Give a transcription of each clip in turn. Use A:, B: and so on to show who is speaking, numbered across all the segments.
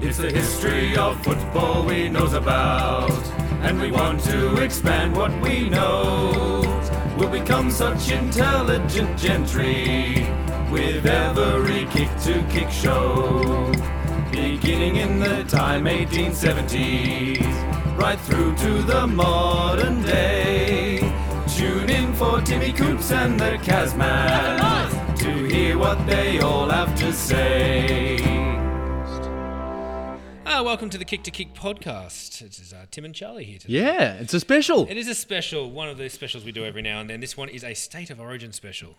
A: It's the history of football we knows about, and we want to expand what we know. We'll become such intelligent gentry with every kick to kick show. Beginning in the time 1870s, right through to the modern day. Tune in for Timmy Coops and the Kazman to hear what they all have to say.
B: Ah, welcome to the Kick to Kick podcast. This is uh, Tim and Charlie here today.
C: Yeah, it's a special.
B: It is a special, one of the specials we do every now and then. This one is a State of Origin special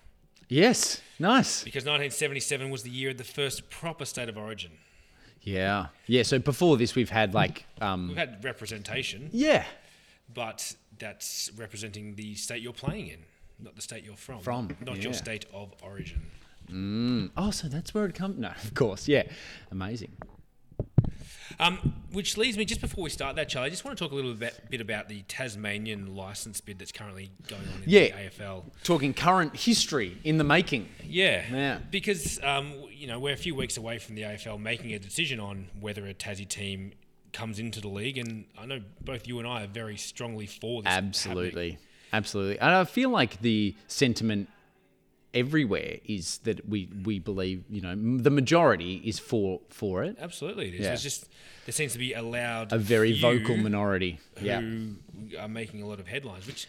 C: Yes, nice.
B: because 1977 was the year of the first proper State of Origin.
C: Yeah, yeah. So before this, we've had like, um,
B: We've had representation,
C: yeah,
B: but that's representing the state you're playing in, not the state you're from.
C: From,
B: Not your
C: yeah.
B: state of origin.
C: oh, so that's where it comes. No, of course, yeah, amazing.
B: Um, which leads me, just before we start that, Charlie, I just want to talk a little bit, bit about the Tasmanian license bid that's currently going on in
C: Yeah.
B: the AFL.
C: Talking current history in the making.
B: Yeah.
C: Yeah.
B: Because um, w- you know we're a few weeks away from the AFL making a decision on whether a Tassie team comes into the league, and I know both you and I are very strongly for this. happening.
C: Absolutely, absolutely. And I feel like the sentiment everywhere is that we we believe you know m- the majority is for for it.
B: Absolutely, it is.
C: Yeah.
B: There's just there seems to be a loud,
C: A very
B: few
C: vocal minority.
B: who
C: Yeah.
B: are making a lot of headlines, which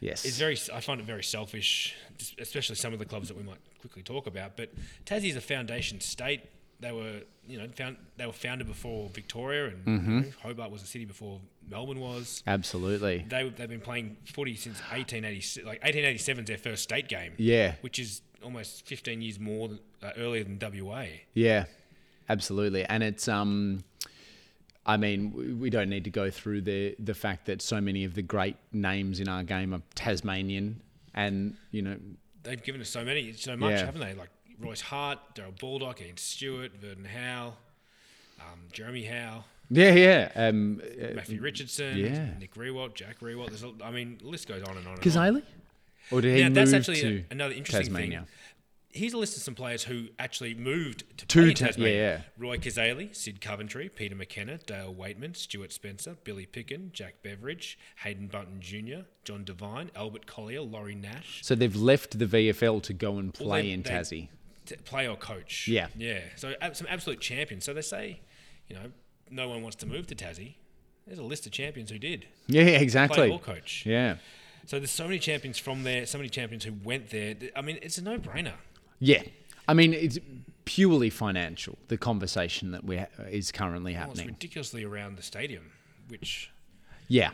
C: Yes.
B: is very. I find it very selfish, just- especially some of the clubs that we might quickly talk about. But Tassie is a foundation state. They were, you know, found they were founded before Victoria, and
C: Mm-hmm.
B: you know, Hobart was a city before Melbourne was.
C: absolutely.
B: they they've been playing footy since 1886 like 1887 is their first state game
C: Yeah.
B: which is almost 15 years more than, uh, earlier than WA
C: Yeah, absolutely. And it's um, I mean, we- we don't need to go through the the fact that so many of the great names in our game are Tasmanian, and you know,
B: they've given us so many so much
C: Yeah.
B: haven't they like Royce Hart Daryl Baldock Ian Stewart Verdon Howe um, Jeremy Howe
C: yeah, yeah, um, uh,
B: Matthew Richardson
C: yeah.
B: Nick Rewalt Jack Rewalt there's a, I mean the list goes on and on and on.
C: Kazali, or did he
B: now
C: move
B: that's actually
C: to
B: a- another interesting
C: Tasmania?
B: thing here's a list of some players who actually moved to,
C: To
B: play in
C: Ta-
B: Tasmania.
C: yeah, yeah.
B: Roy Kazaley, Sid Coventry, Peter McKenna, Dale Waitman, Stuart Spencer, Billy Picken, Jack Beveridge, Hayden Bunton Jr., John Devine, Albert Collier, Laurie Nash.
C: So they've left the VFL to go and play
B: Well, they-
C: in
B: they-
C: Tassie.
B: t- play or coach.
C: Yeah.
B: Yeah. So ab- some absolute champions. So they say, you know, no one wants to move to Tassie. There's a list of champions who did.
C: Yeah,
B: Play
C: exactly.
B: or coach.
C: Yeah,
B: So there's so many champions from there, so many champions who went there. Th- I mean, it's a no-brainer.
C: yeah. I mean, it's purely financial. The conversation that we ha- is currently
B: Well, it's
C: happening.
B: ridiculously around the stadium, which
C: yeah,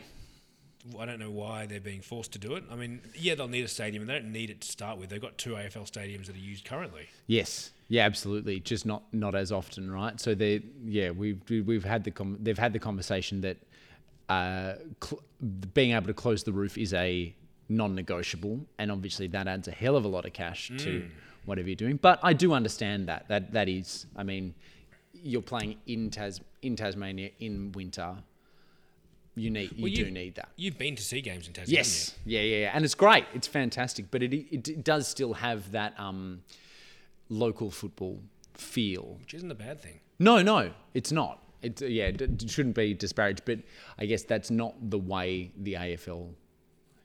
B: I don't know why they're being forced to do it. I mean, yeah, they'll need a stadium, and they don't need it to start with. They've got two AFL stadiums that are used currently.
C: Yes. Yeah, absolutely. Just not not as often, right? So they, yeah, we've we've had the com- they've had the conversation that uh, cl- being able to close the roof is a non-negotiable, and obviously that adds a hell of a lot of cash to whatever you're doing. But I do understand that that that is, I mean, you're playing in Tas in Tasmania in winter. You need you,
B: you-
C: do need that.
B: You've been to see games in Tasmania.
C: Yes. Yeah, yeah, yeah. And it's great. It's fantastic. But it, it, it does still have that um, local football feel.
B: which isn't a bad thing.
C: No, no, it's not. It's, yeah, it, it shouldn't be disparaged. But I guess that's not the way the AFL,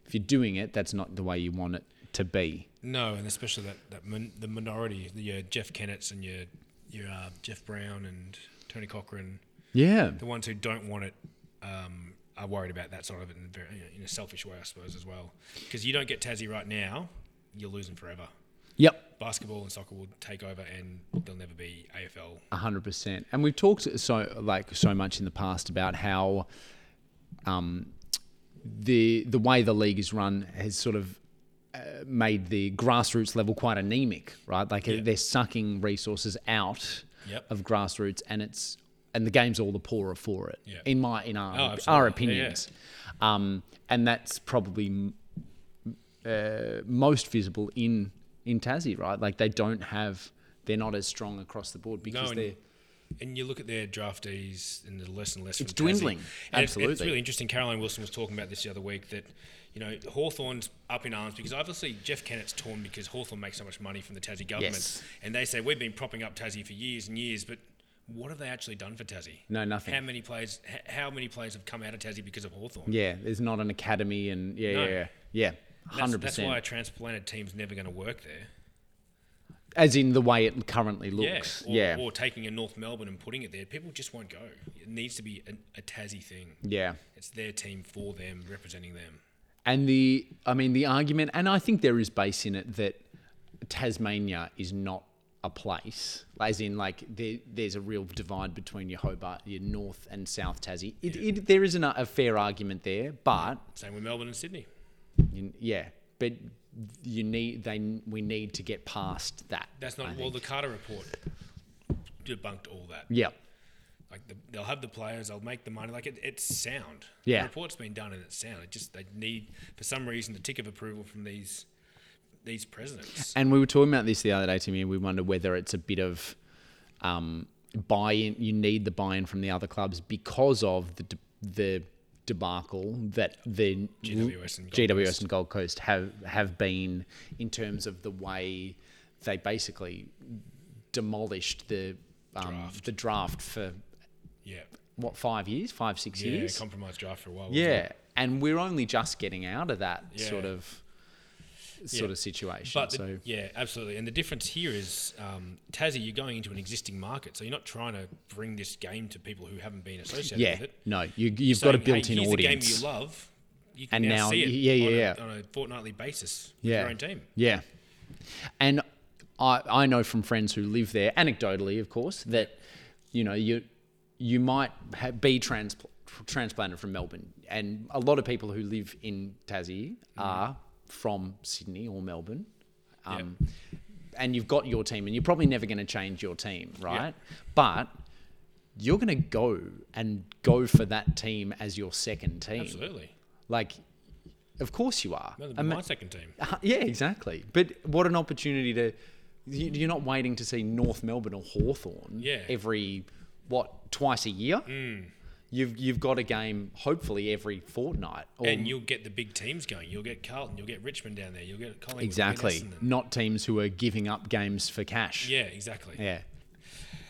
C: if you're doing it, that's not the way you want it to be.
B: No, and especially that that min, the minority, the, your Jeff Kennetts and your your uh, Jeff Brown and Tony Cochran,
C: Yeah.
B: the ones who don't want it. Um, are worried about that side of it in, a very, you know, in a selfish way, I suppose, as well. Because you don't get Tassie right now, you're losing forever.
C: Yep.
B: Basketball and soccer will take over, and there'll never be AFL
C: A hundred percent. And we've talked so like so much in the past about how um, the the way the league is run has sort of uh, made the grassroots level quite anemic, right? Like they're sucking resources out
B: Yep.
C: of grassroots, and it's and the game's all the poorer for it.
B: Yeah.
C: In my in
B: Oh,
C: our
B: absolutely.
C: our
B: Yeah, yeah.
C: opinions, Um, and that's probably m- uh, most visible in in Tassie, right? Like they don't have. They're not as strong across the board because
B: and-
C: they're
B: And you look at their draftees, and there's less and less.
C: It's
B: from Tassie.
C: dwindling.
B: And it's- and It's,
C: Absolutely.
B: really interesting. Caroline Wilson was talking about this the other week that, you know, Hawthorn's up in arms because obviously Jeff Kennett's torn because Hawthorn makes so much money from the Tassie government.
C: Yes.
B: And they say, we've been propping up Tassie for years and years, but what have they actually done for Tassie?
C: No, nothing.
B: How many players? h- How many players have come out of Tassie because of Hawthorn?
C: Yeah, there's not an academy, and yeah,
B: No.
C: yeah, yeah,
B: That's-
C: hundred
B: That's,
C: percent.
B: why a transplanted team's never going to work there.
C: As in the way it currently looks.
B: Or,
C: Yeah, yeah,
B: Or taking a North Melbourne and putting it there, people just won't go. It needs to be a, a Tassie thing. It's their team for them, representing them.
C: And the, I mean, the argument, and I think there is base in it that Tasmania is not a place, as in like there, there's a real divide between your Hobart, your North and South Tassie. It, it, there is an, a fair argument there, but
B: Same with Melbourne and Sydney.
C: you, yeah, but you need they we need to get past that.
B: That's not
C: I
B: well.
C: think.
B: The Carter report debunked all that.
C: yeah,
B: Like the, they'll have the players, they'll make the money. Like it, it's sound.
C: Yeah.
B: The report's been done and it's sound. It just they need for some reason the tick of approval from these these presidents.
C: And we were talking about this the other day, Timmy, and we wonder whether it's a bit of um, buy-in. You need the buy-in from the other clubs because of the de- the debacle that the
B: GWS and Gold
C: GWS
B: Coast.
C: and Gold Coast have have been in terms of the way they basically demolished the um, the draft for
B: Yeah.
C: what five years, five six
B: Yeah.
C: years.
B: Compromised draft for a while. wasn't it?
C: yeah, and we're only just getting out of that
B: Yeah.
C: sort of sort of situation.
B: But the-
C: so
B: yeah, absolutely. And the difference here is um, Tassie, you're going into an existing market, so you're not trying to bring this game to people who haven't been associated
C: Yeah,
B: with it.
C: no, you, you've
B: Saying,
C: got a built-in
B: hey, here's
C: audience.
B: The game you love, you can
C: And
B: now,
C: now-
B: see it
C: yeah, yeah,
B: on,
C: yeah.
B: A, on a fortnightly basis with
C: yeah,
B: your own team.
C: yeah. And I I know from friends who live there, anecdotally, of course, that you know you you might ha- be transpl- transplanted from Melbourne, and a lot of people who live in Tassie
B: Mm-hmm.
C: are from Sydney or Melbourne. Um, And you've got your team, and you're probably never going to change your team, right? But you're going to go and go for that team as your second team.
B: Absolutely.
C: Like, of course you are.
B: No, they'd be
C: Ama-
B: my second team.
C: Uh, yeah, exactly. But what an opportunity to. you- You're not waiting to see North Melbourne or Hawthorn
B: Yeah. Mm.
C: every, what, twice a year? You've, you've got a game, hopefully, every fortnight. Or
B: And you'll get the big teams going. You'll get Carlton. You'll get Richmond down there. You'll get Collingwood.
C: exactly.
B: Essendon.
C: Not teams who are giving up games for cash.
B: Yeah, exactly.
C: Yeah.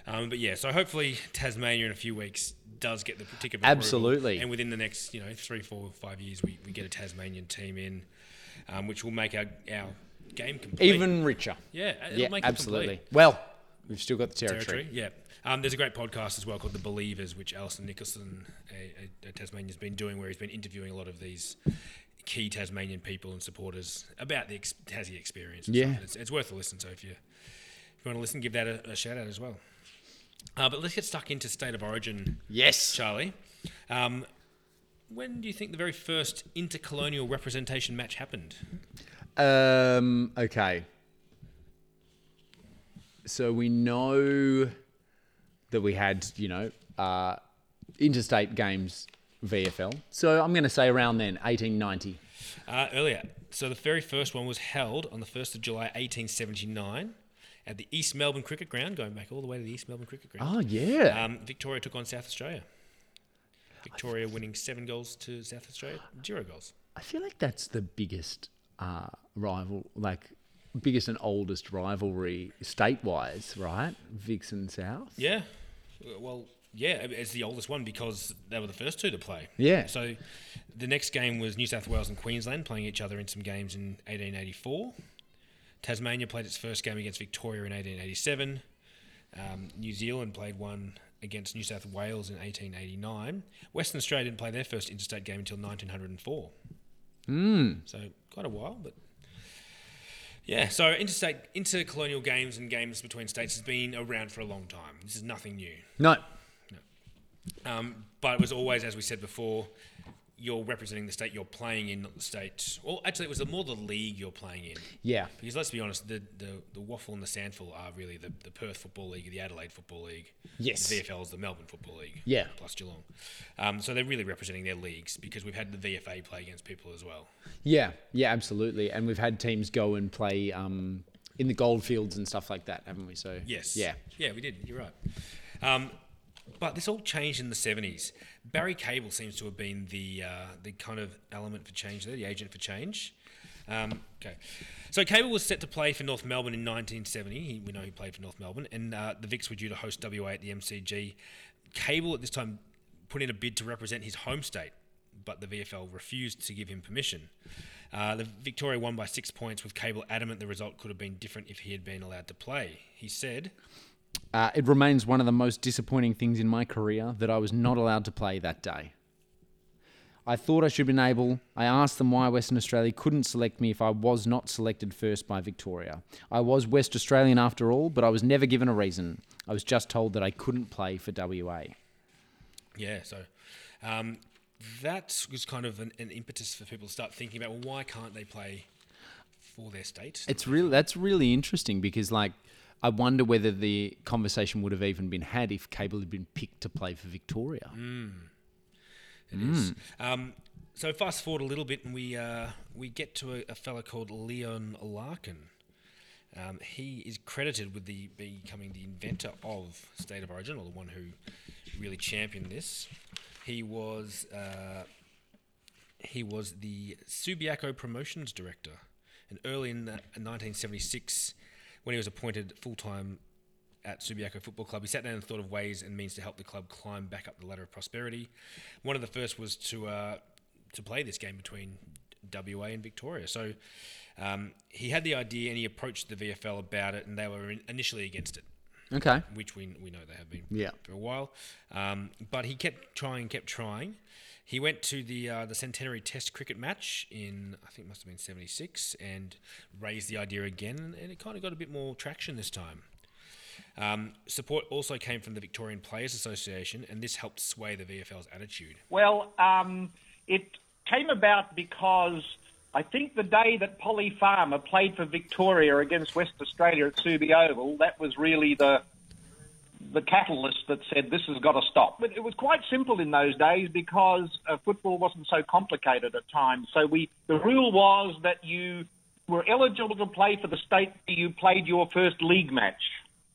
B: Um, but yeah, so hopefully Tasmania in a few weeks does get the tick of approval.
C: Absolutely.
B: and within the next you know three, four, five years, we, we get a Tasmanian team in, um, which will make our our game complete.
C: Even richer.
B: yeah, it'll
C: Yeah,
B: make it
C: absolutely.
B: complete.
C: Well, we've still got the territory.
B: Territory, yeah. Um, there's a great podcast as well called The Believers, which Alison Nicholson, a, a, a Tasmanian's been doing, where he's been interviewing a lot of these key Tasmanian people and supporters about the ex- Tassie experience. and
C: Yeah.
B: stuff. it's, it's worth a listen. So if you if you want to listen, give that a, a shout out as well. Uh, but let's get stuck into state of origin.
C: Yes.
B: Charlie. Um, when do you think the very first intercolonial representation match happened?
C: Um. Okay. So we know that we had, you know, uh, interstate games VFL. So I'm going to say around then, 1890.
B: Uh, earlier. So the very first one was held on the 1st of July 1879 at the East Melbourne Cricket Ground, going back all the way to the East Melbourne Cricket Ground.
C: Oh yeah.
B: Um, Victoria took on South Australia. Victoria winning seven goals to South Australia, zero goals.
C: I feel like that's the biggest uh, rival, like biggest and oldest rivalry state-wise, right? Vix and South.
B: Yeah. Well, yeah, it's the oldest one because they were the first two to play.
C: Yeah.
B: So the next game was New South Wales and Queensland playing each other in some games in 1884. Tasmania played its first game against Victoria in 1887. Um, New Zealand played one against New South Wales in 1889. Western Australia didn't play their first interstate game until 1904. So quite a while, but yeah. So interstate intercolonial games and games between states has been around for a long time. This is nothing new.
C: No.
B: Um, but it was always, as we said before, you're representing the state you're playing in, not the state. Well, actually, it was the more the league you're playing in.
C: Yeah.
B: Because let's be honest, the, the, the Waffle and the Sandful are really the, the Perth Football League, the Adelaide Football League.
C: Yes.
B: The VFL is the Melbourne Football League.
C: Yeah.
B: Plus Geelong. Um, so they're really representing their leagues because we've had the VFA play against people as well.
C: Yeah, yeah, absolutely. And we've had teams go and play um, in the goldfields and stuff like that, haven't we? So
B: Yes.
C: yeah,
B: Yeah, we did. You're right. Um, but this all changed in the 70s. Barry Cable seems to have been the uh, the kind of element for change there, the agent for change. Um, okay. So Cable was set to play for North Melbourne in 1970. He, we know he played for North Melbourne, and uh, the Vics were due to host WA at the MCG. Cable at this time put in a bid to represent his home state, but the VFL refused to give him permission. Uh, the Victoria won by six points, with Cable adamant the result could have been different if he had been allowed to play. He said,
C: Uh, it remains one of the most disappointing things in my career that I was not allowed to play that day. I thought I should have been able. I asked them why Western Australia couldn't select me if I was not selected first by Victoria. I was West Australian after all, but I was never given a reason. I was just told that I couldn't play for WA.
B: Yeah, so um, that was kind of an, an impetus for people to start thinking about well, why can't they play for their state?
C: It's really that's really interesting because like I wonder whether the conversation would have even been had if Cable had been picked to play for Victoria.
B: It is. Um, so fast forward a little bit, and we uh, we get to a, a fella called Leon Larkin. Um, he is credited with the becoming the inventor of State of Origin, or the one who really championed this. He was uh, he was the Subiaco Promotions Director, and early in, the, in 1976, when he was appointed full time at Subiaco Football Club, he sat down and thought of ways and means to help the club climb back up the ladder of prosperity. One of the first was to uh, to play this game between WA and Victoria. So um, he had the idea and he approached the VFL about it, and they were in, initially against it
C: Okay.
B: which we, we know they have been
C: Yeah.
B: for a while. Um, but he kept trying, kept trying. He went to the uh, the centenary Test cricket match in I think it must have been '76 and raised the idea again, and it kind of got a bit more traction this time. Um, support also came from the Victorian Players Association, and this helped sway the VFL's attitude.
D: Well, um, it came about because I think the day that Polly Farmer played for Victoria against West Australia at Subi Oval, that was really the the catalyst that said this has got to stop. But it was quite simple in those days because uh, football wasn't so complicated at times. So we the rule was that you were eligible to play for the state that you played your first league match.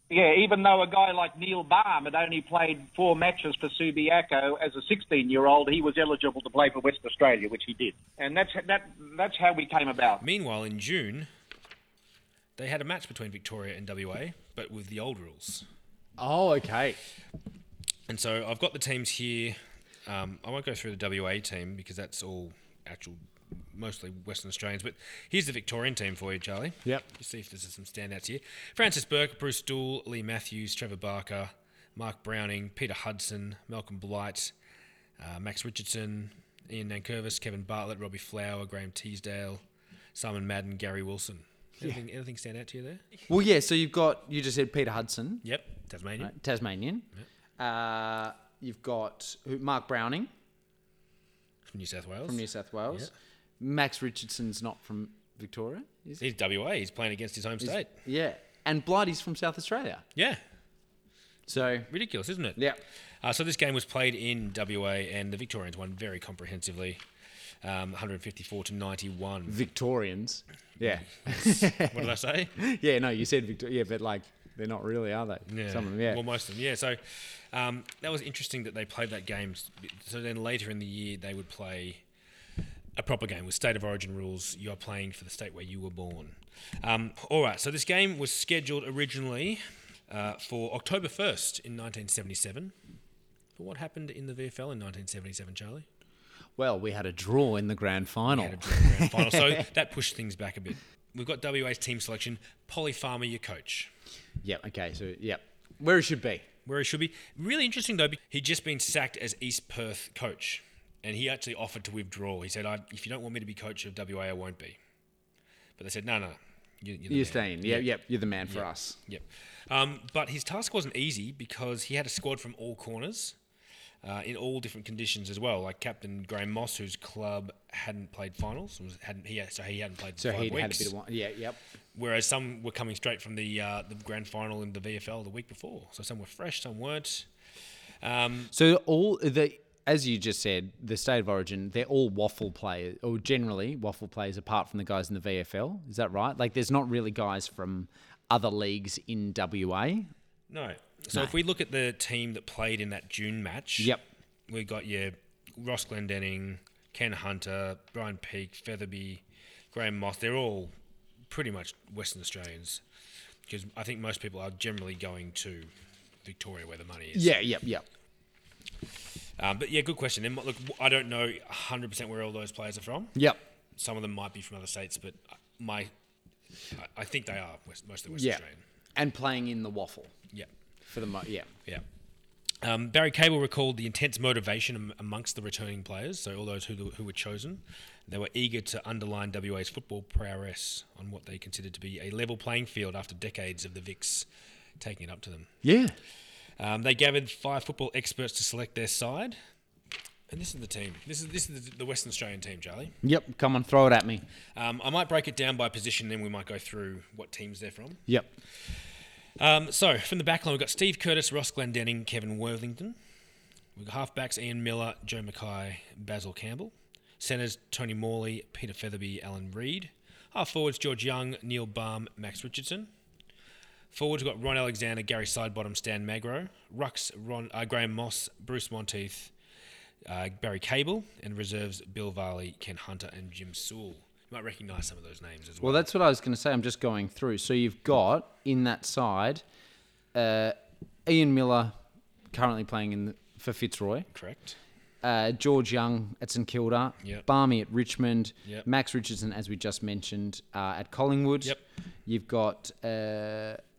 D: Yeah, even though a guy like Neil Baum had only played four matches for Subiaco as a 16-year-old, he was eligible to play for West Australia, which he did. And that's that that's how we came about.
B: Meanwhile, in June, they had a match between Victoria and WA, but with the old rules.
C: Oh, okay.
B: And so I've got the teams here. Um, I won't go through the WA team because that's all actual, mostly Western Australians. But here's the Victorian team for you, Charlie.
C: Yep.
B: Just see if there's some standouts here. Francis Burke, Bruce Dool, Lee Matthews, Trevor Barker, Mark Browning, Peter Hudson, Malcolm Blight, uh, Max Richardson, Ian Nankervis, Kevin Bartlett, Robbie Flower, Graham Teasdale, Simon Madden, Gary Wilson. Anything, anything stand out to you there?
C: Well, yeah. So you've got you just said Peter Hudson,
B: Yep, Tasmania.
C: right, Tasmanian. Uh, you've got who, Mark Browning
B: From New South Wales.
C: from New South Wales. Max Richardson's not from Victoria, is he?
B: He's WA. He's playing against his home state.
C: Yeah. And Blighty's from South Australia.
B: Yeah.
C: So
B: Ridiculous, isn't it?
C: yeah.
B: Uh, so this game was played in WA, and the Victorians won very comprehensively, um, 154 to 91.
C: Victorians. Yeah.
B: what did I say?
C: yeah. No, you said Victoria. Yeah, but like they're not really, are they? Some of them. Yeah.
B: Well, most of them. Yeah. So um, that was interesting that they played that game. So then later in the year they would play a proper game with state of origin rules. You're playing for the state where you were born. Um, all right. So this game was scheduled originally uh, for October 1st in 1977. But what happened in the VFL in 1977, Charlie?
C: Well, we had a draw in the grand final.
B: had a draw in the grand final. So that pushed things back a bit. We've got WA's team selection. Polly Farmer, your coach.
C: yeah. Okay. So yeah, where it should be.
B: Where he should be. Really interesting, though, be- he'd just been sacked as East Perth coach. And he actually offered to withdraw. He said, I, if you don't want me to be coach of WA, I won't be. But they said, no, no. You, you're the man."
C: You're staying. Yeah. Yep. You're the man for us.
B: Yep. Um, but his task wasn't easy because he had a squad from all corners, uh, in all different conditions as well. Like Captain Graham Moss, whose club hadn't played finals, was, hadn't he? So he hadn't played. for
C: So
B: five
C: he
B: weeks
C: had a bit of one. Yeah. Yep.
B: whereas some were coming straight from the uh, the grand final in the VFL the week before. So some were fresh, some weren't. Um,
C: So all the as you just said, the state of origin, they're all waffle players, or generally waffle players, apart from the guys in the VFL. Is that right? Like, there's not really guys from other leagues in WA.
B: no. So if we look at the team that played in that June match,
C: Yep.
B: we got your Ross Glendenning, Ken Hunter, Brian Peake, Featherby, Graham Moss, they're all pretty much Western Australians because I think most people are generally going to Victoria where the money is.
C: Yeah, yeah, yeah.
B: Um, but yeah, good question. And look, I don't know 100% where all those players are from.
C: Yep.
B: Some of them might be from other states, but my, I- I think they are West, mostly West
C: Yeah.
B: Australian.
C: And playing in the waffle
B: Yeah.
C: for the mo- yeah.
B: Yeah. Um, Barry Cable recalled the intense motivation am- amongst the returning players, so all those who, who were chosen. They were eager to underline WA's football prowess on what they considered to be a level playing field after decades of the Vics taking it up to them.
C: Yeah.
B: Um, they gathered five football experts to select their side. And this is the team. This is this is the- the Western Australian team, Charlie.
C: Yep. Come on, throw it at me.
B: Um, I might break it down by position, then we might go through what teams they're from.
C: Yep.
B: Um, so from the back line, we've got Steve Curtis, Ross Glendenning, Kevin Worthington. We've got halfbacks Ian Miller, Joe Mackay, Basil Campbell. Centres Tony Morley, Peter Featherby, Alan Reid. Half forwards George Young, Neil Baum, Max Richardson. Forwards we've got Ron Alexander, Gary Sidebottom, Stan Magro, Rucks, Ron, uh, Graham Moss, Bruce Monteith, uh, Barry Cable, and reserves Bill Varley, Ken Hunter, and Jim Sewell. You might recognise some of those names as well.
C: Well, that's what I was going to say. I'm just going through. So you've got in that side, uh, Ian Miller, currently playing in the, for Fitzroy.
B: correct.
C: uh, George Young at St Kilda,
B: Yep.
C: Barmy at Richmond,
B: Yep.
C: Max Richardson, as we just mentioned, uh, at Collingwood.
B: Yep.
C: You've got uh,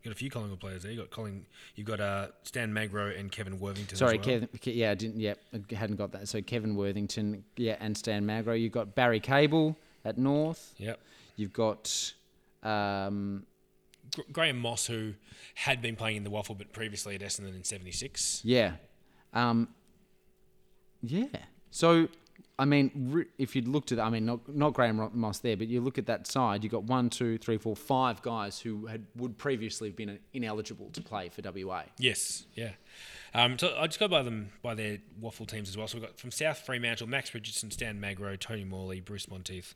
B: You got a few Collingwood players there. You got Colling, you've got uh, Stan Magro and Kevin Worthington.
C: sorry,
B: as well.
C: Kevin. Ke- Yeah, I didn't. Yeah, I hadn't got that. So Kevin Worthington, yeah, and Stan Magro. You've got Barry Cable at North.
B: Yep.
C: You've got um,
B: Gr- Graham Moss, who had been playing in the Waffle, but previously at Essendon in '76.
C: yeah, um, yeah. So. I mean, re- if you looked at, I mean, not not Graham Ro- Moss there, but you look at that side, you got one, two, three, four, five guys who had would previously have been ineligible to play for WA.
B: Yes. Yeah. Um, so I just go by them by their Waffle teams as well. So we've got from South Fremantle, Max Richardson, Stan Magro, Tony Morley, Bruce Monteith,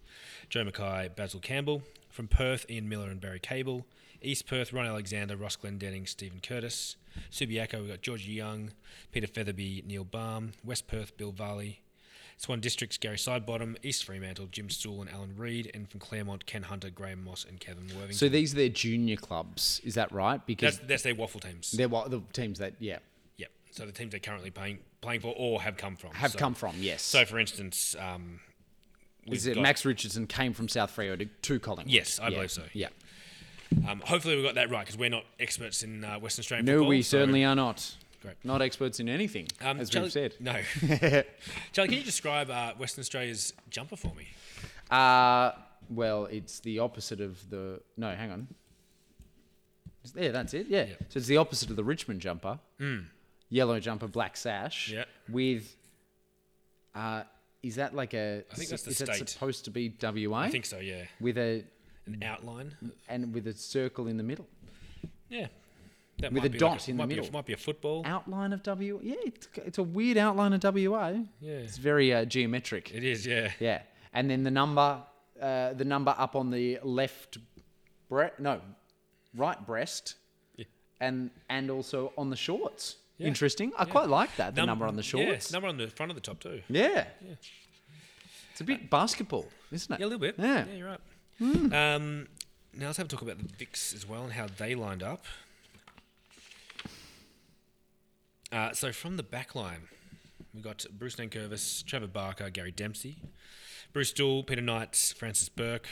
B: Joe Mackay, Basil Campbell. From Perth, Ian Miller and Barry Cable. East Perth, Ron Alexander, Ross Glendenning, Stephen Curtis. Subiaco, we've got Georgie Young, Peter Featherby, Neil Baum. West Perth, Bill Varley. Swan District's Gary Sidebottom, East Fremantle, Jim Sewell and Alan Reid, and from Claremont, Ken Hunter, Graham Moss, and Kevin Worthington.
C: So these are their junior clubs, is that right? Because
B: that's, that's their waffle teams.
C: they're what the teams that yeah
B: Yep. So the teams they're currently playing playing for or have come from.
C: have
B: so,
C: come from. Yes.
B: So for instance, um,
C: is
B: we've
C: it
B: got-
C: Max Richardson came from South Freo to, to Collingwood?
B: Yes, I
C: Yeah.
B: believe so.
C: Yeah.
B: Um, hopefully we got that right because we're not experts in uh, Western Australian
C: No,
B: football.
C: we
B: so-
C: certainly are not.
B: Great.
C: Not experts in anything,
B: Um,
C: as
B: Charlie,
C: we've said.
B: No. Charlie, can you describe uh, Western Australia's jumper for me?
C: Uh, well, it's the opposite of the. No, hang on. It's- Yeah, that's it. Yeah. So it's the opposite of the Richmond jumper. Yellow jumper, black sash.
B: Hmm. Yeah.
C: With. Uh, is that like a? I
B: think that's the
C: is
B: state.
C: that supposed to be WA?
B: I think so. Yeah.
C: With a
B: An outline.
C: and with a circle in the middle.
B: Yeah. That
C: With
B: might
C: a
B: be
C: dot
B: like
C: in the
B: might be
C: middle.
B: A, might be a football.
C: Outline of W. Yeah, it's, it's a weird outline of WA.
B: Yeah.
C: It's very uh, geometric.
B: It is. Yeah.
C: Yeah, and then the number, uh, the number up on the left, bre- no, right breast, and and also on the shorts. Interesting. I quite like that. The
B: Num-
C: number on the shorts.
B: Yeah, number on the front of the top too.
C: yeah. It's a bit basketball, isn't it?
B: Yeah, a little bit.
C: Yeah. Hmm.
B: you're right. Um, now let's have a talk about the Vicks as well and how they lined up. Uh, so from the back line, we've got Bruce Nankervis, Trevor Barker, Gary Dempsey, Bruce Dool, Peter Knights, Francis Burke.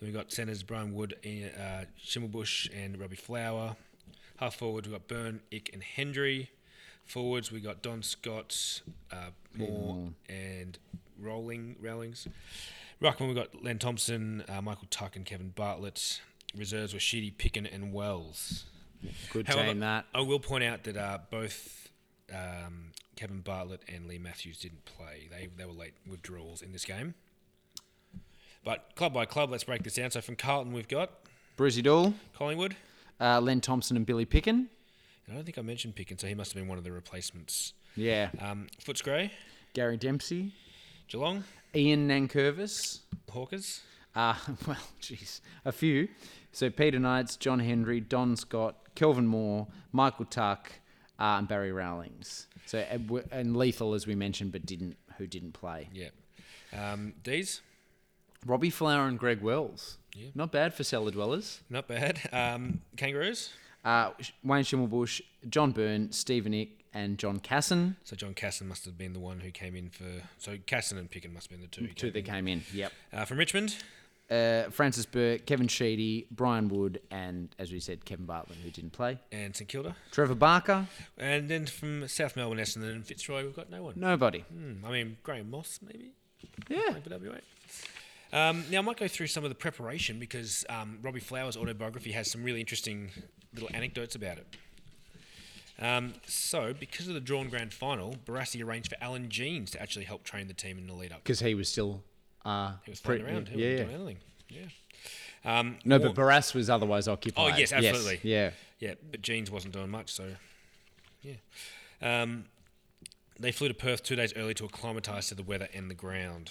B: Then we've got centres Brian Wood, Ian- uh, Schimmelbush, and Robbie Flower. Half forwards, we've got Byrne, Ick, and Hendry. Forwards, we got Don Scott, uh, Moore, and Rowling, Rowlings. Ruckman, we've got Len Thompson, uh, Michael Tuck, and Kevin Bartlett. Reserves were Sheedy, Picken, and Wells.
C: Good
B: However,
C: team that.
B: I will point out that uh, both um, Kevin Bartlett and Lee Matthews didn't play. They they were late withdrawals in this game. But club by club, let's break this down. So from Carlton, we've got
C: Brucey Dool,
B: Collingwood.
C: uh, Len Thompson, and Billy Picken.
B: And I don't think I mentioned Picken, so he must have been one of the replacements.
C: Yeah.
B: Um, Footscray,
C: Gary Dempsey,
B: Geelong,
C: Ian Nankervis.
B: Hawkers.
C: Uh, well, jeez, a few. So Peter Knights, John Henry, Don Scott, Kelvin Moore, Michael Tuck, uh, and Barry Rowlings. So and, w- and lethal as we mentioned, but didn't who didn't play.
B: Yeah. Um, D's,
C: Robbie Flower and Greg Wells.
B: Yeah.
C: Not bad for cellar dwellers.
B: Not bad. Um, kangaroos.
C: Uh, Wayne Schimmelbush, John Byrne, Stephen Ick, and John Casson.
B: So John Casson must have been the one who came in for. So Casson and Picken must have been the two. who
C: Mm, Two
B: came
C: that
B: in.
C: came in. Yep.
B: Uh, from Richmond.
C: Uh, Francis Burke, Kevin Sheedy, Brian Wood, and as we said, Kevin Bartlett, who didn't play.
B: and St Kilda.
C: Trevor Barker,
B: And then from South Melbourne, Essendon and Fitzroy, we've got no one.
C: nobody.
B: Hmm, I mean, Graham Moss, maybe?
C: Yeah.
B: Maybe that'd be right. Um, now, I might go through some of the preparation because um, Robbie Flowers' autobiography has some really interesting little anecdotes about it. Um, so, because of the drawn grand final, Barassi arranged for Alan Jeans to actually help train the team in the lead up.
C: Because he was still. Uh,
B: He was flying around. He
C: Yeah.
B: wasn't doing anything. Yeah. Um,
C: No,
B: War-
C: but Barras was otherwise occupied.
B: Oh, yes, absolutely.
C: Yeah.
B: Yeah, but Jeans wasn't doing much, so yeah. Um, they flew to Perth two days early to acclimatise to the weather and the ground.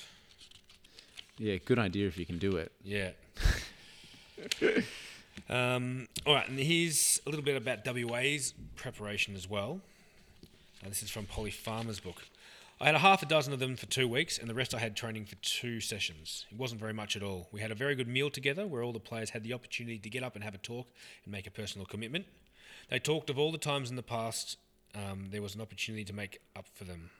C: Yeah, good idea if you can do it.
B: Yeah. um, all right, and here's a little bit about WA's preparation as well. Uh, this is from Polly Farmer's book. I had a half a dozen of them for two weeks, and the rest I had training for two sessions. It wasn't very much at all. We had a very good meal together where all the players had the opportunity to get up and have a talk and make a personal commitment. They talked of all the times in the past um, there was an opportunity to make up for them.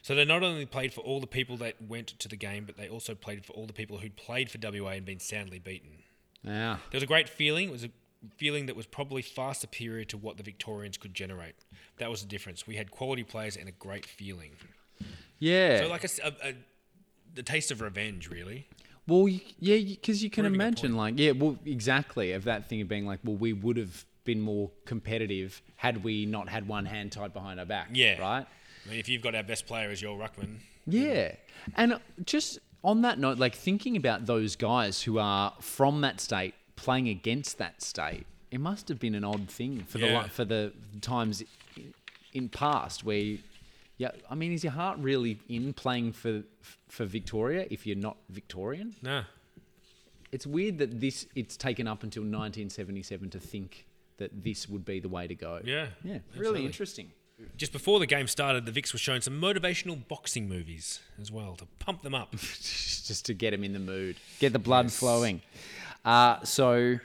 B: So they not only played for all the people that went to the game, but they also played for all the people who'd played for WA and been soundly beaten.
C: Yeah.
B: There was a great feeling. It was a feeling that was probably far superior to what the Victorians could generate. That was the difference. We had quality players and a great feeling.
C: Yeah.
B: So like a, s- a- a- the taste of revenge, really.
C: Well, you, yeah, because you can
B: Proving a
C: imagine, like, yeah, well, exactly, of that thing of being like, well, we would have been more competitive had we not had one hand tied behind our back.
B: Yeah.
C: Right?
B: I mean, if you've got our best player as your ruckman,
C: Yeah. And uh, just on that note, like, thinking about those guys who are from that state playing against that state, it must have been an odd thing for the
B: Yeah.
C: the for the times in, in past where, you, yeah, I mean, is your heart really in playing for for Victoria if you're not Victorian?
B: no.
C: It's weird that this it's taken up until 1977 to think that this would be the way to go.
B: Yeah,
C: Yeah. Really
B: absolutely.
C: interesting.
B: Just before the game started, the Vicks were shown some motivational boxing movies as well to pump them up.
C: Just to get him in the mood, get the blood flowing. Uh, so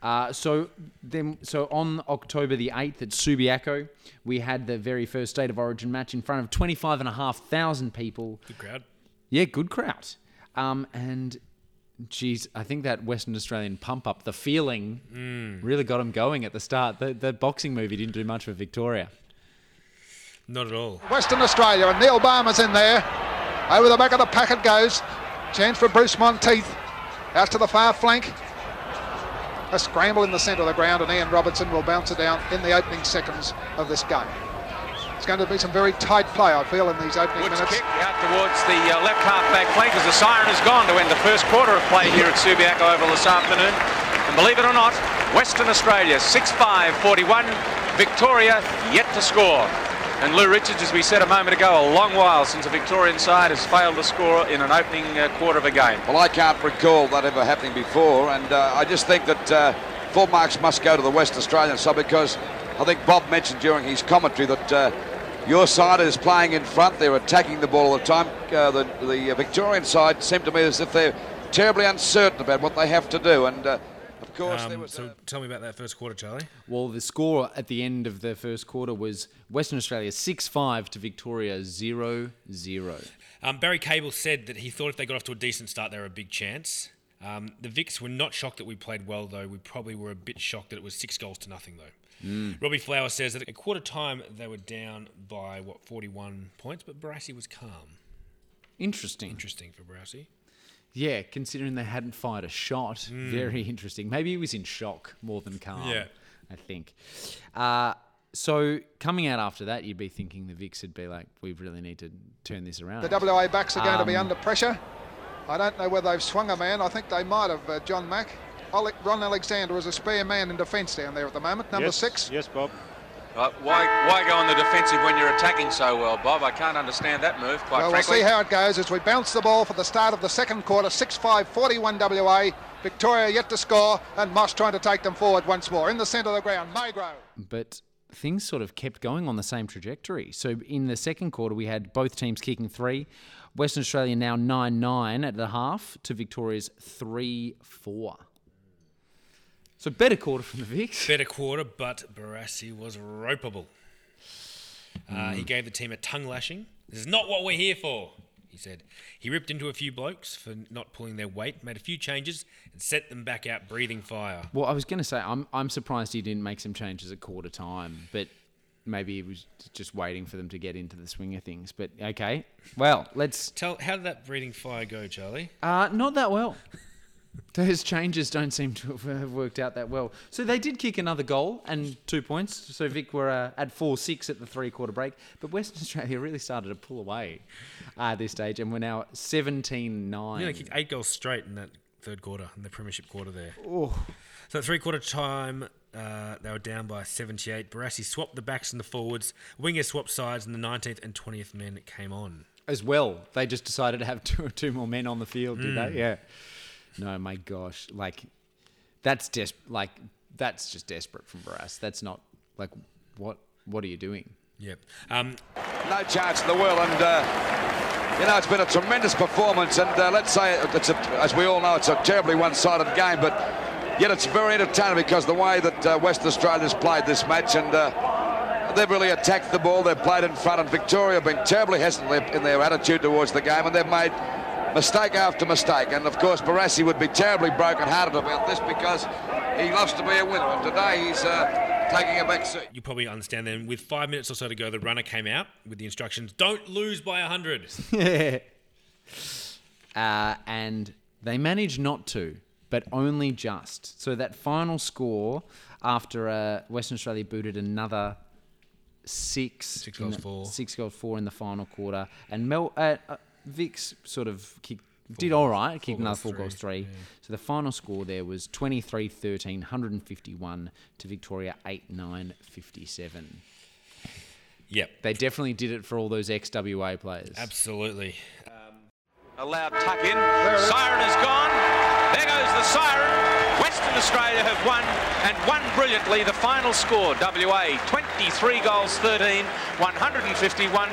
C: Uh, so then, so on October the 8th at Subiaco, we had the very first State of Origin match in front of 25,500 people.
B: Good crowd.
C: Yeah, good crowd. Um, and geez, I think that Western Australian pump up, the feeling, really got him going at the start. The, the boxing movie didn't do much for Victoria.
B: Not at all.
E: Western Australia, and Neil Balmer's in there. Over the back of the pack it goes. Chance for Bruce Monteith. Out to the far flank. A scramble in the centre of the ground, and Ian Robertson will bounce it down in the opening seconds of this game. It's going to be some very tight play, I feel, in these opening
F: Woods
E: minutes.
F: kick out towards the uh, left half back flank as the siren has gone to end the first quarter of play here at Subiaco Oval this afternoon. And believe it or not, Western Australia 6-5, 41, Victoria yet to score. And Lou Richards, as we said a moment ago, a long while since a Victorian side has failed to score in an opening uh, quarter of a game.
G: Well, I can't recall that ever happening before, and uh, I just think that uh, full marks must go to the West Australian side because I think Bob mentioned during his commentary that uh, your side is playing in front, they're attacking the ball all the time. Uh, the the Victorian side seem to me as if they're terribly uncertain about what they have to do, and uh, of course there
B: Um,
G: was.
B: so
G: a-
B: tell me about that first quarter, Charlie.
C: Well, the score at the end of the first quarter was Western Australia 6 5 to Victoria 0 0.
B: Um, Barry Cable said that he thought if they got off to a decent start, they were a big chance. Um, the Vics were not shocked that we played well, though. We probably were a bit shocked that it was six goals to nothing, though. Robbie Flower says that at quarter time, they were down by, what, 41 points, but Barassi was calm.
C: Interesting.
B: Interesting for Barassi.
C: Yeah, considering they hadn't fired a shot. Very interesting. Maybe he was in shock more than calm.
B: Yeah.
C: I think. Uh, so coming out after that, you'd be thinking the Vicks would be like, we really need to turn this around.
E: The WA backs are going to be
F: Um,
E: under pressure. I don't know whether they've swung a man. I think they might have, uh, John Mack. Alec, Ron Alexander is a spare man in defence down there at the moment, number six.
H: Yes, Bob.
F: Uh, why, why go on the defensive when you're attacking so well, Bob? I can't understand that move, quite
E: Well,
F: frankly.
E: we'll see how it goes as we bounce the ball for the start of the second quarter. 6-5, 41 WA. Victoria yet to score, and Moss trying to take them forward once more. In the centre of the ground, Magro.
C: but things sort of kept going on the same trajectory. So in the second quarter, we had both teams kicking three. Western Australia now 9 9 at the half to Victoria's 3 4. So better quarter from the Vicks.
B: Better quarter, but Barassi was ropeable. Uh, He gave the team a tongue lashing. This is not what we're here for, he said. He ripped into a few blokes for not pulling their weight, made a few changes, and set them back out breathing fire.
C: Well, I was going to say, I'm, I'm surprised he didn't make some changes at quarter time, but maybe he was just waiting for them to get into the swing of things. But okay. Well, let's.
B: Tell how did that breathing fire go, Charlie?
C: Uh, not that well. Those changes don't seem to have- have worked out that well. So they did kick another goal and two points. So Vic were uh, at 4 6 at the three quarter break. But Western Australia really started to pull away uh, at this stage and we're now 17 9.
B: Yeah, they kicked eight goals straight in that third quarter, in the premiership quarter there. So at three quarter time, uh, they were down by 78. Barassi swapped the backs and the forwards. Wingers swapped sides, and the 19th and 20th men came on.
C: As well, they just decided to have two, two more men on the field, did they? Yeah. No, my gosh. Like, that's des- like that's just desperate from Brass. That's not like what what are you doing?
B: Yep. Um,
G: No chance in the world, and uh, you know it's been a tremendous performance. And uh, let's say it's a, as we all know, it's a terribly one-sided game, but yet it's very entertaining because the way that uh, West Australia's played this match, and uh, they've really attacked the ball. They've played in front, and Victoria have been terribly hesitant in their- in their attitude towards the game, and they've made mistake after mistake. And of course, Barassi would be terribly broken-hearted about this because he loves to be a winner, and today he's uh, taking a back seat.
B: you probably understand then, with five minutes or so to go, the runner came out with the instructions don't lose by 100.
C: Uh, and they managed not to, but only just. So that final score after uh, Western Australia booted another six, six
B: goals four.
C: six goals four in the final quarter, and Mel uh, uh, Vix sort of kicked. Did all right, kicked another
B: goals,
C: four
B: three,
C: goals, three. So the final score there was 23 13, 151 to Victoria 8 9 57.
B: yep.
C: They definitely did it for all those XWA players.
B: Absolutely.
F: A loud tuck in. Siren is gone. There goes the siren. Western Australia have won and won brilliantly. The final score WA 23 goals 13, 151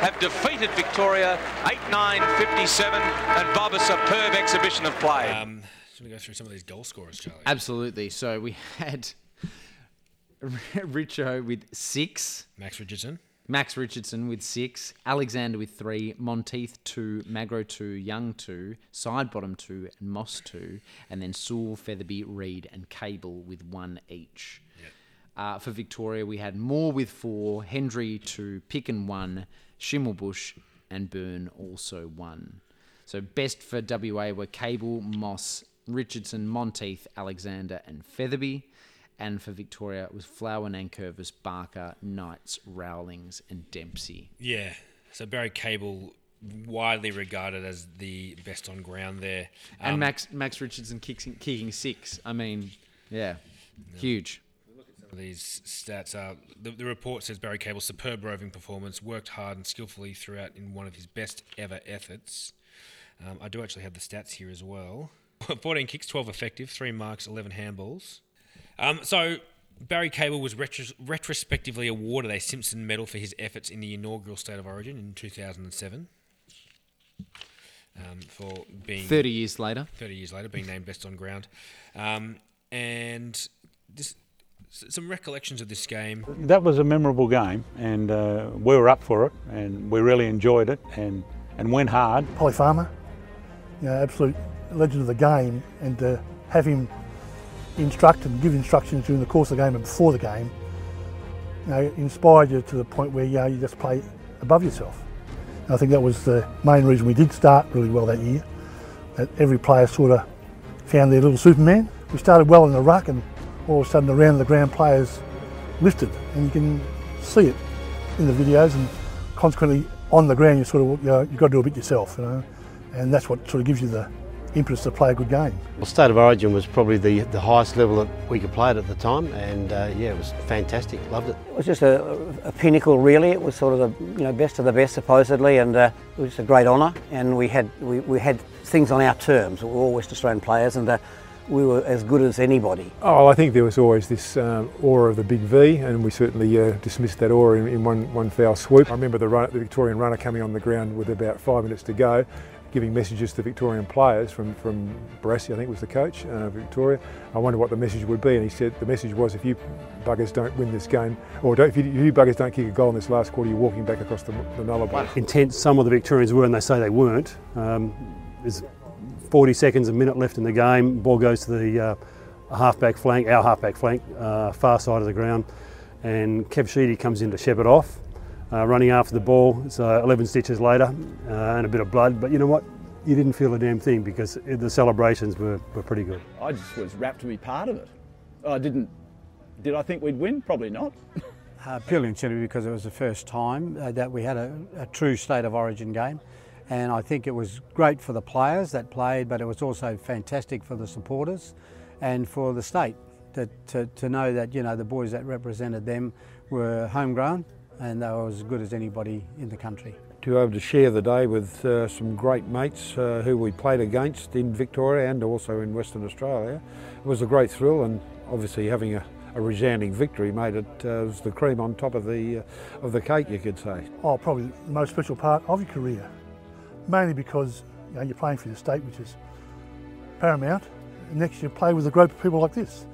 F: have defeated Victoria 8 9 57. And Bob, a superb exhibition of play.
B: Um, should we go through some of these goal scorers, Charlie?
C: Absolutely. So we had Richo with six,
B: Max Richardson.
C: Max Richardson with six, Alexander with three, Monteith two, Magro two, Young two, Side Bottom two, and Moss two, and then Sewell, Featherby, Reed, and Cable with one each. Uh, for Victoria, we had Moore with four, Hendry two, Picken one, Schimmelbusch, and Byrne also one. So best for WA were Cable, Moss, Richardson, Monteith, Alexander, and Featherby. And for Victoria, it was Flower, Nankervis, Barker, Knights, Rowlings, and Dempsey.
B: Yeah. So Barry Cable, widely regarded as the best on ground there.
C: and Max Max Richardson kicks, kicking six. I mean, yeah, huge.
B: These stats are the, the report says Barry Cable superb roving performance, worked hard and skillfully throughout in one of his best ever efforts. Um, I do actually have the stats here as well. 14 kicks, 12 effective, three marks, 11 handballs. Um, so Barry Cable was retros- retrospectively awarded a Simpson Medal for his efforts in the inaugural State of Origin in 2007 um, for being
C: 30 years later.
B: 30 years later, being named best on ground. Um, and this, s- some recollections of this game.
H: That was a memorable game, and uh, we were up for it, and we really enjoyed it, and, and went hard.
I: Polly Farmer, you know, absolute legend of the game, and to have him instruct and give instructions during the course of the game and before the game, you know, inspired you to the point where you, know, you just play above yourself. And I think that was the main reason we did start really well that year. That every player sort of found their little Superman. We started well in the ruck, and all of a sudden, around the ground, players lifted, and you can see it in the videos, and consequently on the ground, you sort of you know, you've got to do a bit yourself, you know, and that's what sort of gives you the impetus to play a good game.
J: Well, State of Origin was probably the, the highest level that we could play it at the time, and uh, yeah, it was fantastic. Loved it.
K: It was just a, a pinnacle, really. It was sort of the you know best of the best, supposedly, and uh, it was a great honour. And we had we, we had things on our terms. We were all West Australian players, and uh, we were as good as anybody.
L: Oh, I think there was always this um, aura of the big V, and we certainly uh, dismissed that aura in, in one, one foul swoop. I remember the, run, the Victorian runner coming on the ground with about five minutes to go, giving messages to Victorian players from, from Barassi, I think was the coach, uh, Victoria. I wonder what the message would be, and he said the message was if you buggers don't win this game, or don't, if, you, if you buggers don't kick a goal in this last quarter, you're walking back across the, the Nullarbor.
M: intense some of the Victorians were, and they say they weren't. Um, there's 40 seconds, a minute left in the game. Ball goes to the uh, halfback flank, our halfback flank, uh, far side of the ground, and Kev Sheedy comes in to shep it off, uh, running after the ball. It's uh, 11 stitches later, uh, and a bit of blood. But you know what? You didn't feel a damn thing because the celebrations were, were pretty good.
N: I just was rapt to be part of it. I didn't. Did I think we'd win? Probably not.
O: Uh, purely and simply because it was the first time uh, that we had a, a true state of origin game. And I think it was great for the players that played, but it was also fantastic for the supporters and for the state that, to, to know that, you know, the boys that represented them were homegrown and they were as good as anybody in the country.
P: to be able to share the day with uh, some great mates uh, who we played against in Victoria and also in Western Australia. It was a great thrill, and obviously having a, a resounding victory made it uh, was the cream on top of the uh, of the cake, you could say.
I: Oh, probably the most special part of your career, mainly because you know, you're playing for your state, which is paramount. And next, you play with a group of people like this,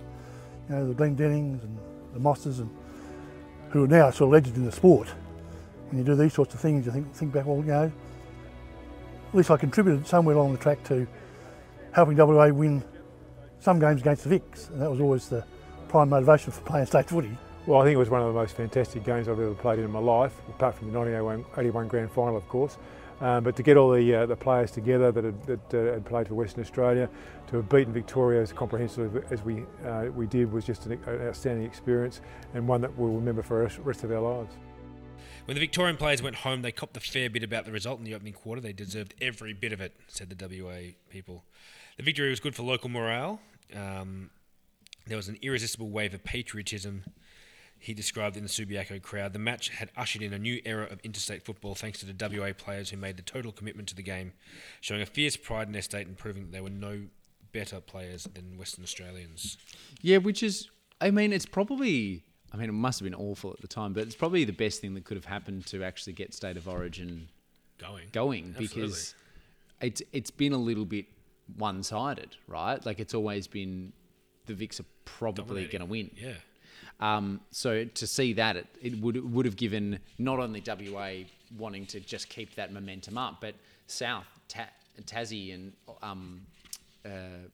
I: you know, the Glenn Dennings and the Mosses, and who are now sort of legends in the sport. When you do these sorts of things, you think think back, well, you know, at least I contributed somewhere along the track to helping WA win some games against the Vics, and that was always the prime motivation for playing state footy.
L: Well, I think it was one of the most fantastic games I've ever played in my life, apart from the 1981 Grand Final, of course. Um, but to get all the uh, the players together that had, that uh, had played for Western Australia, to have beaten Victoria as comprehensively as we uh, we did was just an, an outstanding experience and one that we'll remember for the rest of our lives.
B: When the Victorian players went home, they copped a fair bit about the result in the opening quarter. They deserved every bit of it, said the WA people. The victory was good for local morale. Um, there was an irresistible wave of patriotism he described in the Subiaco crowd. The match had ushered in a new era of interstate football thanks to the WA players who made the total commitment to the game, showing a fierce pride in their state and proving that they were no better players than Western Australians.
C: Yeah, which is, I mean, it's probably, I mean, it must have been awful at the time, but it's probably the best thing that could have happened to actually get State of Origin
B: going.
C: Going
B: Absolutely.
C: because it's it's been a little bit one sided, right? Like it's always been the Vicks are probably
B: Dominating.
C: going to win.
B: Yeah.
C: Um, so to see that, it, it would it would have given not only WA wanting to just keep that momentum up, but South Ta- Tassie and um, uh,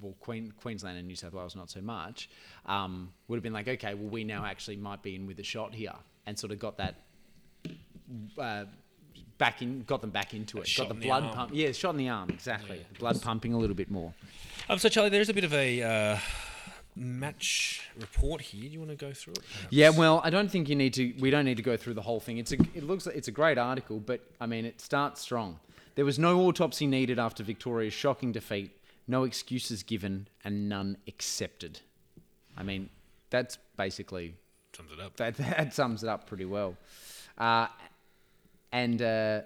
C: well, Queen, Queensland and New South Wales not so much, um, would have been like, okay, well, we now actually might be in with a shot here, and sort of got that uh, back in, got them back into it,
B: shot
C: got the
B: in the
C: blood
B: arm.
C: pump, yeah, shot in the arm, exactly, The blood pumping a little bit more.
B: Um, so, Charlie, there is a bit of a uh, match report here. Do you want to go through it?
C: Yeah, well, I don't think you need to. We don't need to go through the whole thing. It's a. It looks. like- It's a great article, but I mean, it starts strong. There was no autopsy needed after Victoria's shocking defeat. No excuses given, and none accepted. I mean, that's basically
B: sums it up.
C: That that sums it up pretty well. Uh, and uh,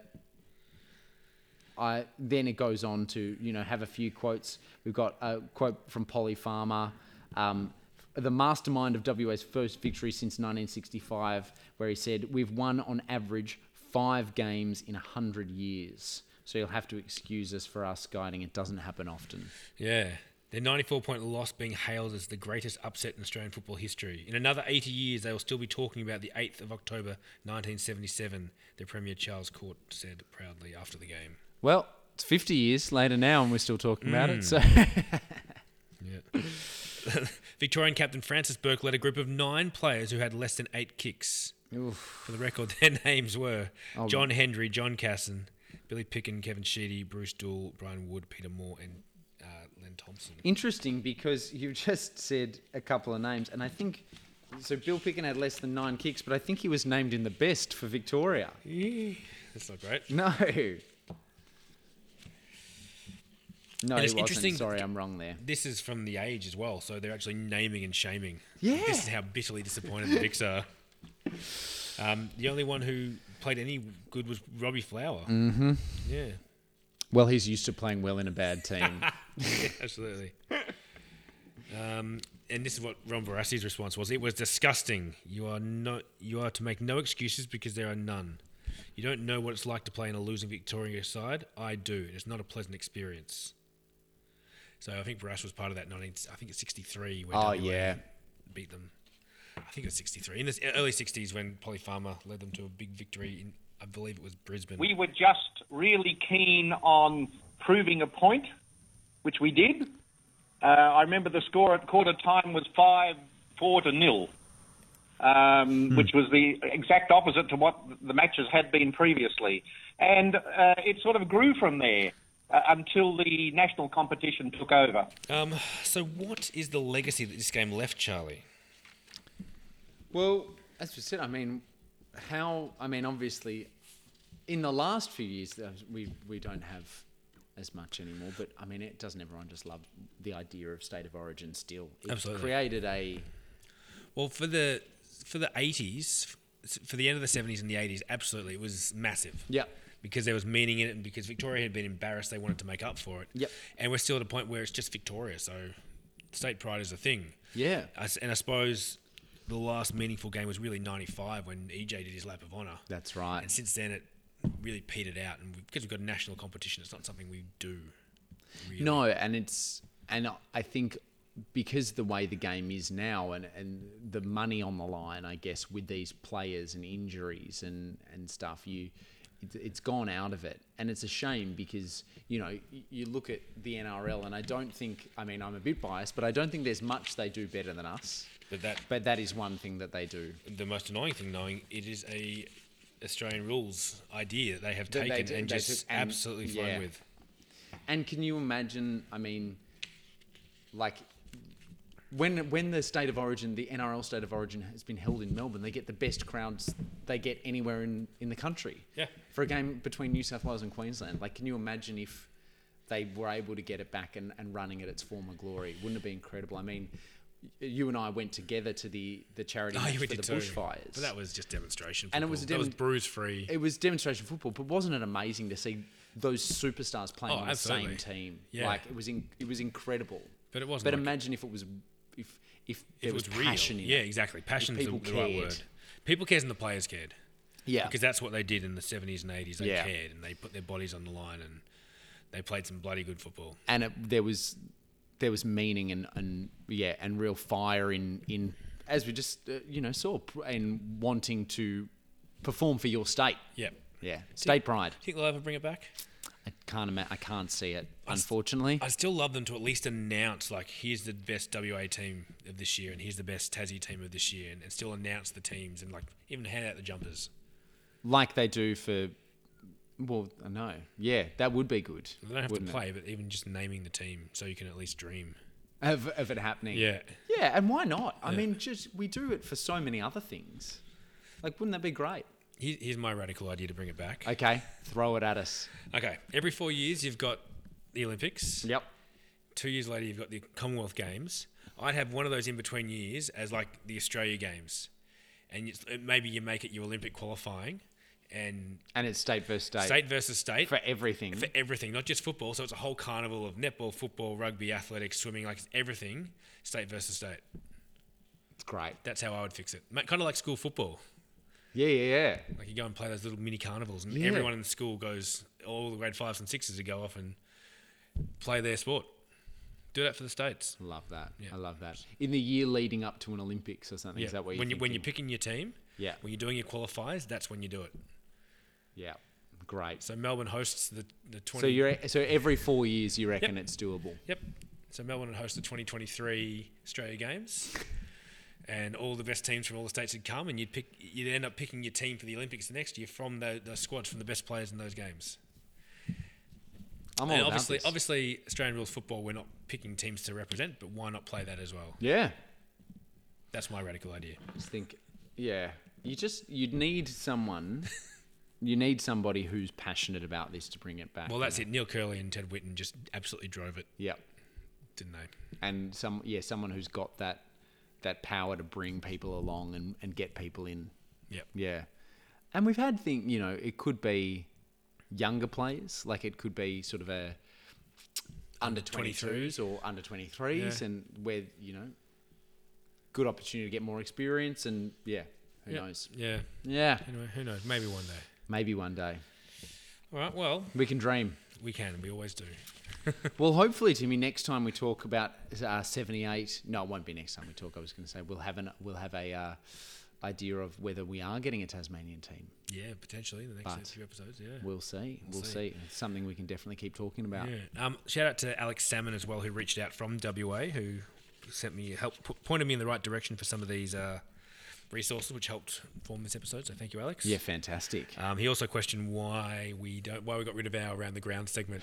C: I then it goes on to you know have a few quotes. We've got a quote from Polly Farmer, um, the mastermind of WA's first victory since 1965, where he said, "We've won on average five games in hundred years." So you'll have to excuse us for our guiding. It doesn't happen often.
B: Yeah. Their 94 point loss being hailed as the greatest upset in Australian football history. In another 80 years, they will still be talking about the 8th of October 1977, their Premier Charles Court said proudly after the game.
C: Well, it's 50 years later now, and we're still talking about it. So.
B: Victorian captain Francis Burke led a group of nine players who had less than eight kicks. For the record, their names were
C: Oh.
B: John Hendry, John Casson, Billy Pickin, Kevin Sheedy, Bruce Dool, Brian Wood, Peter Moore, and uh, Len Thompson.
C: Interesting because you just said a couple of names, and I think so. Bill Picken had less than nine kicks, but I think he was named in the best for Victoria.
B: That's not great.
C: No, no,
B: And
C: he
B: it's
C: wasn't.
B: interesting-
C: Sorry, I'm wrong there.
B: This is from the age as well, so they're actually naming and shaming.
C: Yeah.
B: This is how bitterly disappointed the Vicks are. Um, the only one who played any good was Robbie Flower.
C: Mhm.
B: Yeah.
C: Well, he's used to playing well in a bad team.
B: Yeah, absolutely. Um, and this is what Ron Verassi's response was: "It was disgusting. You are not. You are to make no excuses because there are none. You don't know what it's like to play in a losing Victoria side. I do. It's not a pleasant experience." So I think Verass was part of that. 19, I think it's '63.
C: Oh, yeah.
B: beat them. I think it was '63 in the early '60s when Polly Farmer led them to a big victory in, I believe it was Brisbane.
D: We were just really keen on proving a point, which we did. Uh, I remember the score at quarter time was five four to nil, um, which was the exact opposite to what the matches had been previously, and uh, it sort of grew from there uh, until the national competition took over.
B: Um, so what is the legacy that this game left, Charlie?
C: Well, as we said, I mean, how? I mean, obviously, in the last few years, uh, we we don't have as much anymore. But I mean, it doesn't everyone just love the idea of state of origin still? It's
B: Absolutely.
C: created a
B: Well, for the for the eighties, for the end of the seventies and the eighties, absolutely, it was massive.
C: Yeah.
B: Because there was meaning in it, and because Victoria had been embarrassed, they wanted to make up for it.
C: Yep.
B: And we're still at a point where it's just Victoria, so state pride is a thing.
C: Yeah.
B: I s- and I suppose the last meaningful game was really '95 when EJ did his lap of honour.
C: That's right.
B: And since then, it really petered out, and we, because we've got a national competition, it's not something we do. Really.
C: No, and it's and I think because the way the game is now and and the money on the line, I guess, with these players and injuries and and stuff, you it- it's gone out of it, and it's a shame because you know y- you look at the NRL, and I don't think I mean I'm a bit biased, but I don't think there's much they do better than us.
B: But that
C: but that is one thing that they do.
B: The most annoying thing, knowing it is a Australian rules idea that they have
C: that they
B: taken
C: do-
B: and
C: they
B: just
C: took and-
B: absolutely flown
C: yeah.
B: with.
C: And can you imagine? I mean, like when when the state of origin, the NRL state of origin, has been held in Melbourne, they get the best crowds they get anywhere in in the country.
B: Yeah.
C: For a game between New South Wales and Queensland, like, can you imagine if they were able to get it back and, and running at its former glory? Wouldn't it be incredible? I mean. y- You and I went together to the the charity
B: Oh,
C: match
B: you
C: for
B: went
C: the
B: to two.
C: bushfires,
B: But that was just demonstration.
C: and it was a
B: football. that was
C: demon-
B: bruise free.
C: It was demonstration football, but wasn't it amazing to see those superstars playing
B: Oh,
C: on the
B: absolutely.
C: same team?
B: Yeah.
C: Like it was, in, it was incredible.
B: But it wasn't
C: But
B: like-
C: imagine if it was, if if
B: If
C: there
B: it
C: was,
B: was, real.
C: passion in
B: yeah,
C: it.
B: exactly.
C: If
B: Passion's the,
C: people
B: the right
C: cared.
B: word. People cares and the players cared.
C: Yeah.
B: Because that's what they did in the 70s and 80s. They
C: Yeah.
B: cared and they put their bodies on the line and they played some bloody good football.
C: and it, there was there was meaning and and yeah and real fire in in as we just uh, you know saw pr- and wanting to perform for your state.
B: Yep.
C: Yeah. State pride.
B: Think they'll ever bring it back?
C: I can't ima- I can't see it unfortunately.
B: I still love them to at least announce, like, here's the best WA team of this year and here's the best Tassie team of this year and, and still announce the teams and, like, even hand out the jumpers.
C: like they do for well no yeah that would be good
B: They don't have
C: wouldn't
B: to
C: it?
B: play, but even just naming the team so you can at least dream.
C: of, of it happening
B: Yeah.
C: yeah and why not i
B: Yeah.
C: mean just we do it for so many other things like wouldn't that be great
B: Here- Here's my radical idea to bring it back.
C: okay throw it at us
B: Okay. Every four years, you've got the Olympics.
C: Yep.
B: Two years later, you've got the Commonwealth Games. I'd have one of those in between years as like the Australia Games, and it's- uh, maybe you make it your Olympic qualifying, and
C: and it's state versus state
B: state versus state
C: for everything
B: for everything, not just football. So it's a whole carnival of netball, football, rugby, athletics, swimming, like it's everything, state versus state.
C: it's great
B: That's how I would fix it. Kind of like school football.
C: yeah yeah yeah
B: Like you go and play those little mini carnivals, and
C: Yeah.
B: everyone in the school goes, all the grade fives and sixes to go off and play their sport. Do that for the states.
C: love that
B: Yeah.
C: i love that in the year leading up to an olympics or something
B: Yeah.
C: is that what you're
B: when you when you're
C: thinking?
B: picking your team,
C: Yeah.
B: when you're doing your qualifiers, that's when you do it.
C: yeah great
B: So Melbourne hosts the the twenty.
C: so you're so every four years you reckon
B: Yep.
C: it's doable
B: Yep. So Melbourne would host the 2023 Australia Games, and all the best teams from all the states would come, and you'd pick. You'd end up picking your team for the Olympics the next year from the, the squads from the best players in those games.
C: i'm all
B: and
C: about
B: obviously,
C: this.
B: obviously, Australian rules football. We're not picking teams to represent, but why not play that as well?
C: yeah
B: That's my radical idea.
C: just think, yeah, you just you'd need someone, you need somebody who's passionate about this to bring it back.
B: Well, that's it. Neil Curley and Ted Whitten just absolutely drove it,
C: Yep,
B: didn't they?
C: and some yeah, someone who's got that that power to bring people along and and get people in.
B: Yep.
C: Yeah, and we've had thing, you know, it could be younger players. Like it could be sort of a under 22s or under 23s,
B: Yeah.
C: and where you know, good opportunity to get more experience. And yeah, who
B: Yeah.
C: knows?
B: Yeah.
C: yeah.
B: Anyway, who knows? Maybe one day.
C: Maybe one day
B: All right. Well,
C: we can dream.
B: we can. We always do.
C: well, hopefully, Timmy, next time we talk about uh, seventy-eight. No, it won't be next time we talk. I was going to say we'll have an we'll have a uh, idea of whether we are getting a Tasmanian team.
B: Yeah, potentially the next
C: But
B: few episodes. Yeah.
C: We'll see. We'll,
B: We'll
C: see.
B: see.
C: It's something we can definitely keep talking about.
B: Yeah. Um, shout out to Alex Salmon as well, who reached out from WA, who sent me help po- pointed me in the right direction for some of these uh, resources, which helped form this episode. So thank you, Alex.
C: Yeah, fantastic.
B: Um, he also questioned why we don't why we got rid of our around the ground segment.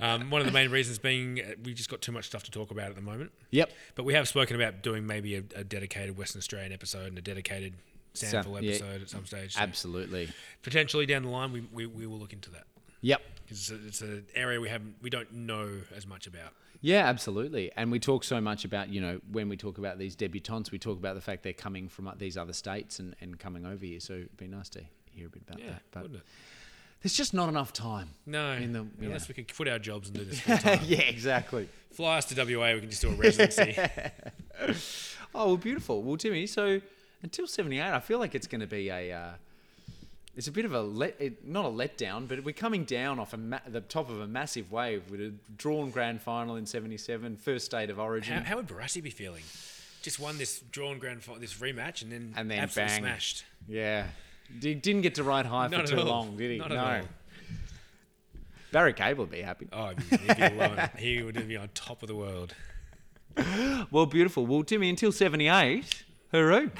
B: um, one of the main reasons being uh, we just got too much stuff to talk about at the moment.
C: Yep.
B: But we have spoken about doing maybe a, a dedicated Western Australian episode and a dedicated Sandville
C: Sam- yeah,
B: episode at some stage. So
C: Absolutely.
B: potentially down the line, we, we, we will look into that.
C: Yep.
B: Because it's an area we haven't we don't know as much about.
C: Yeah, absolutely. And we talk so much about, you know, when we talk about these debutantes, we talk about the fact they're coming from uh, these other states and, and coming over here. So it'd be nice to hear a bit about
B: Yeah,
C: that. But
B: wouldn't it?
C: there's just not enough time.
B: No,
C: In the,
B: unless
C: yeah.
B: we could quit our jobs and do this full time.
C: yeah, exactly.
B: Fly us to WA, we can just do a residency.
C: oh, well, beautiful. Well, Timmy, so until 78, I feel like it's going to be a. Uh, it's a bit of a let, it, not a letdown, but we're coming down off a ma- the top of a massive wave with a drawn grand final in '77, first state of origin.
B: how, how would Barassi be feeling? Just won this drawn grand final, this rematch, and then
C: and then
B: absolutely
C: bang,
B: smashed.
C: Yeah, D- didn't get to ride high
B: Not
C: for
B: at
C: too
B: all.
C: long, did he?
B: Not
C: no.
B: at all.
C: Barry Cable would be happy.
B: Oh, he'd be, he'd be loving it. He would be on top of the world.
C: well, beautiful. Well, Timmy, until '78, hooroo.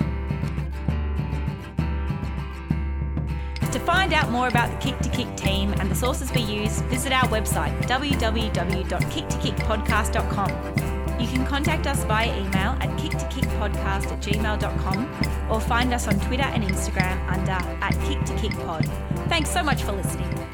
Q: To find out more about the Kick to Kick team and the sources we use, visit our website www.kicktokickpodcast.com. You can contact us via email at kicktokickpodcast at gmail.com or find us on Twitter and Instagram under at kicktokickpod. Thanks so much for listening.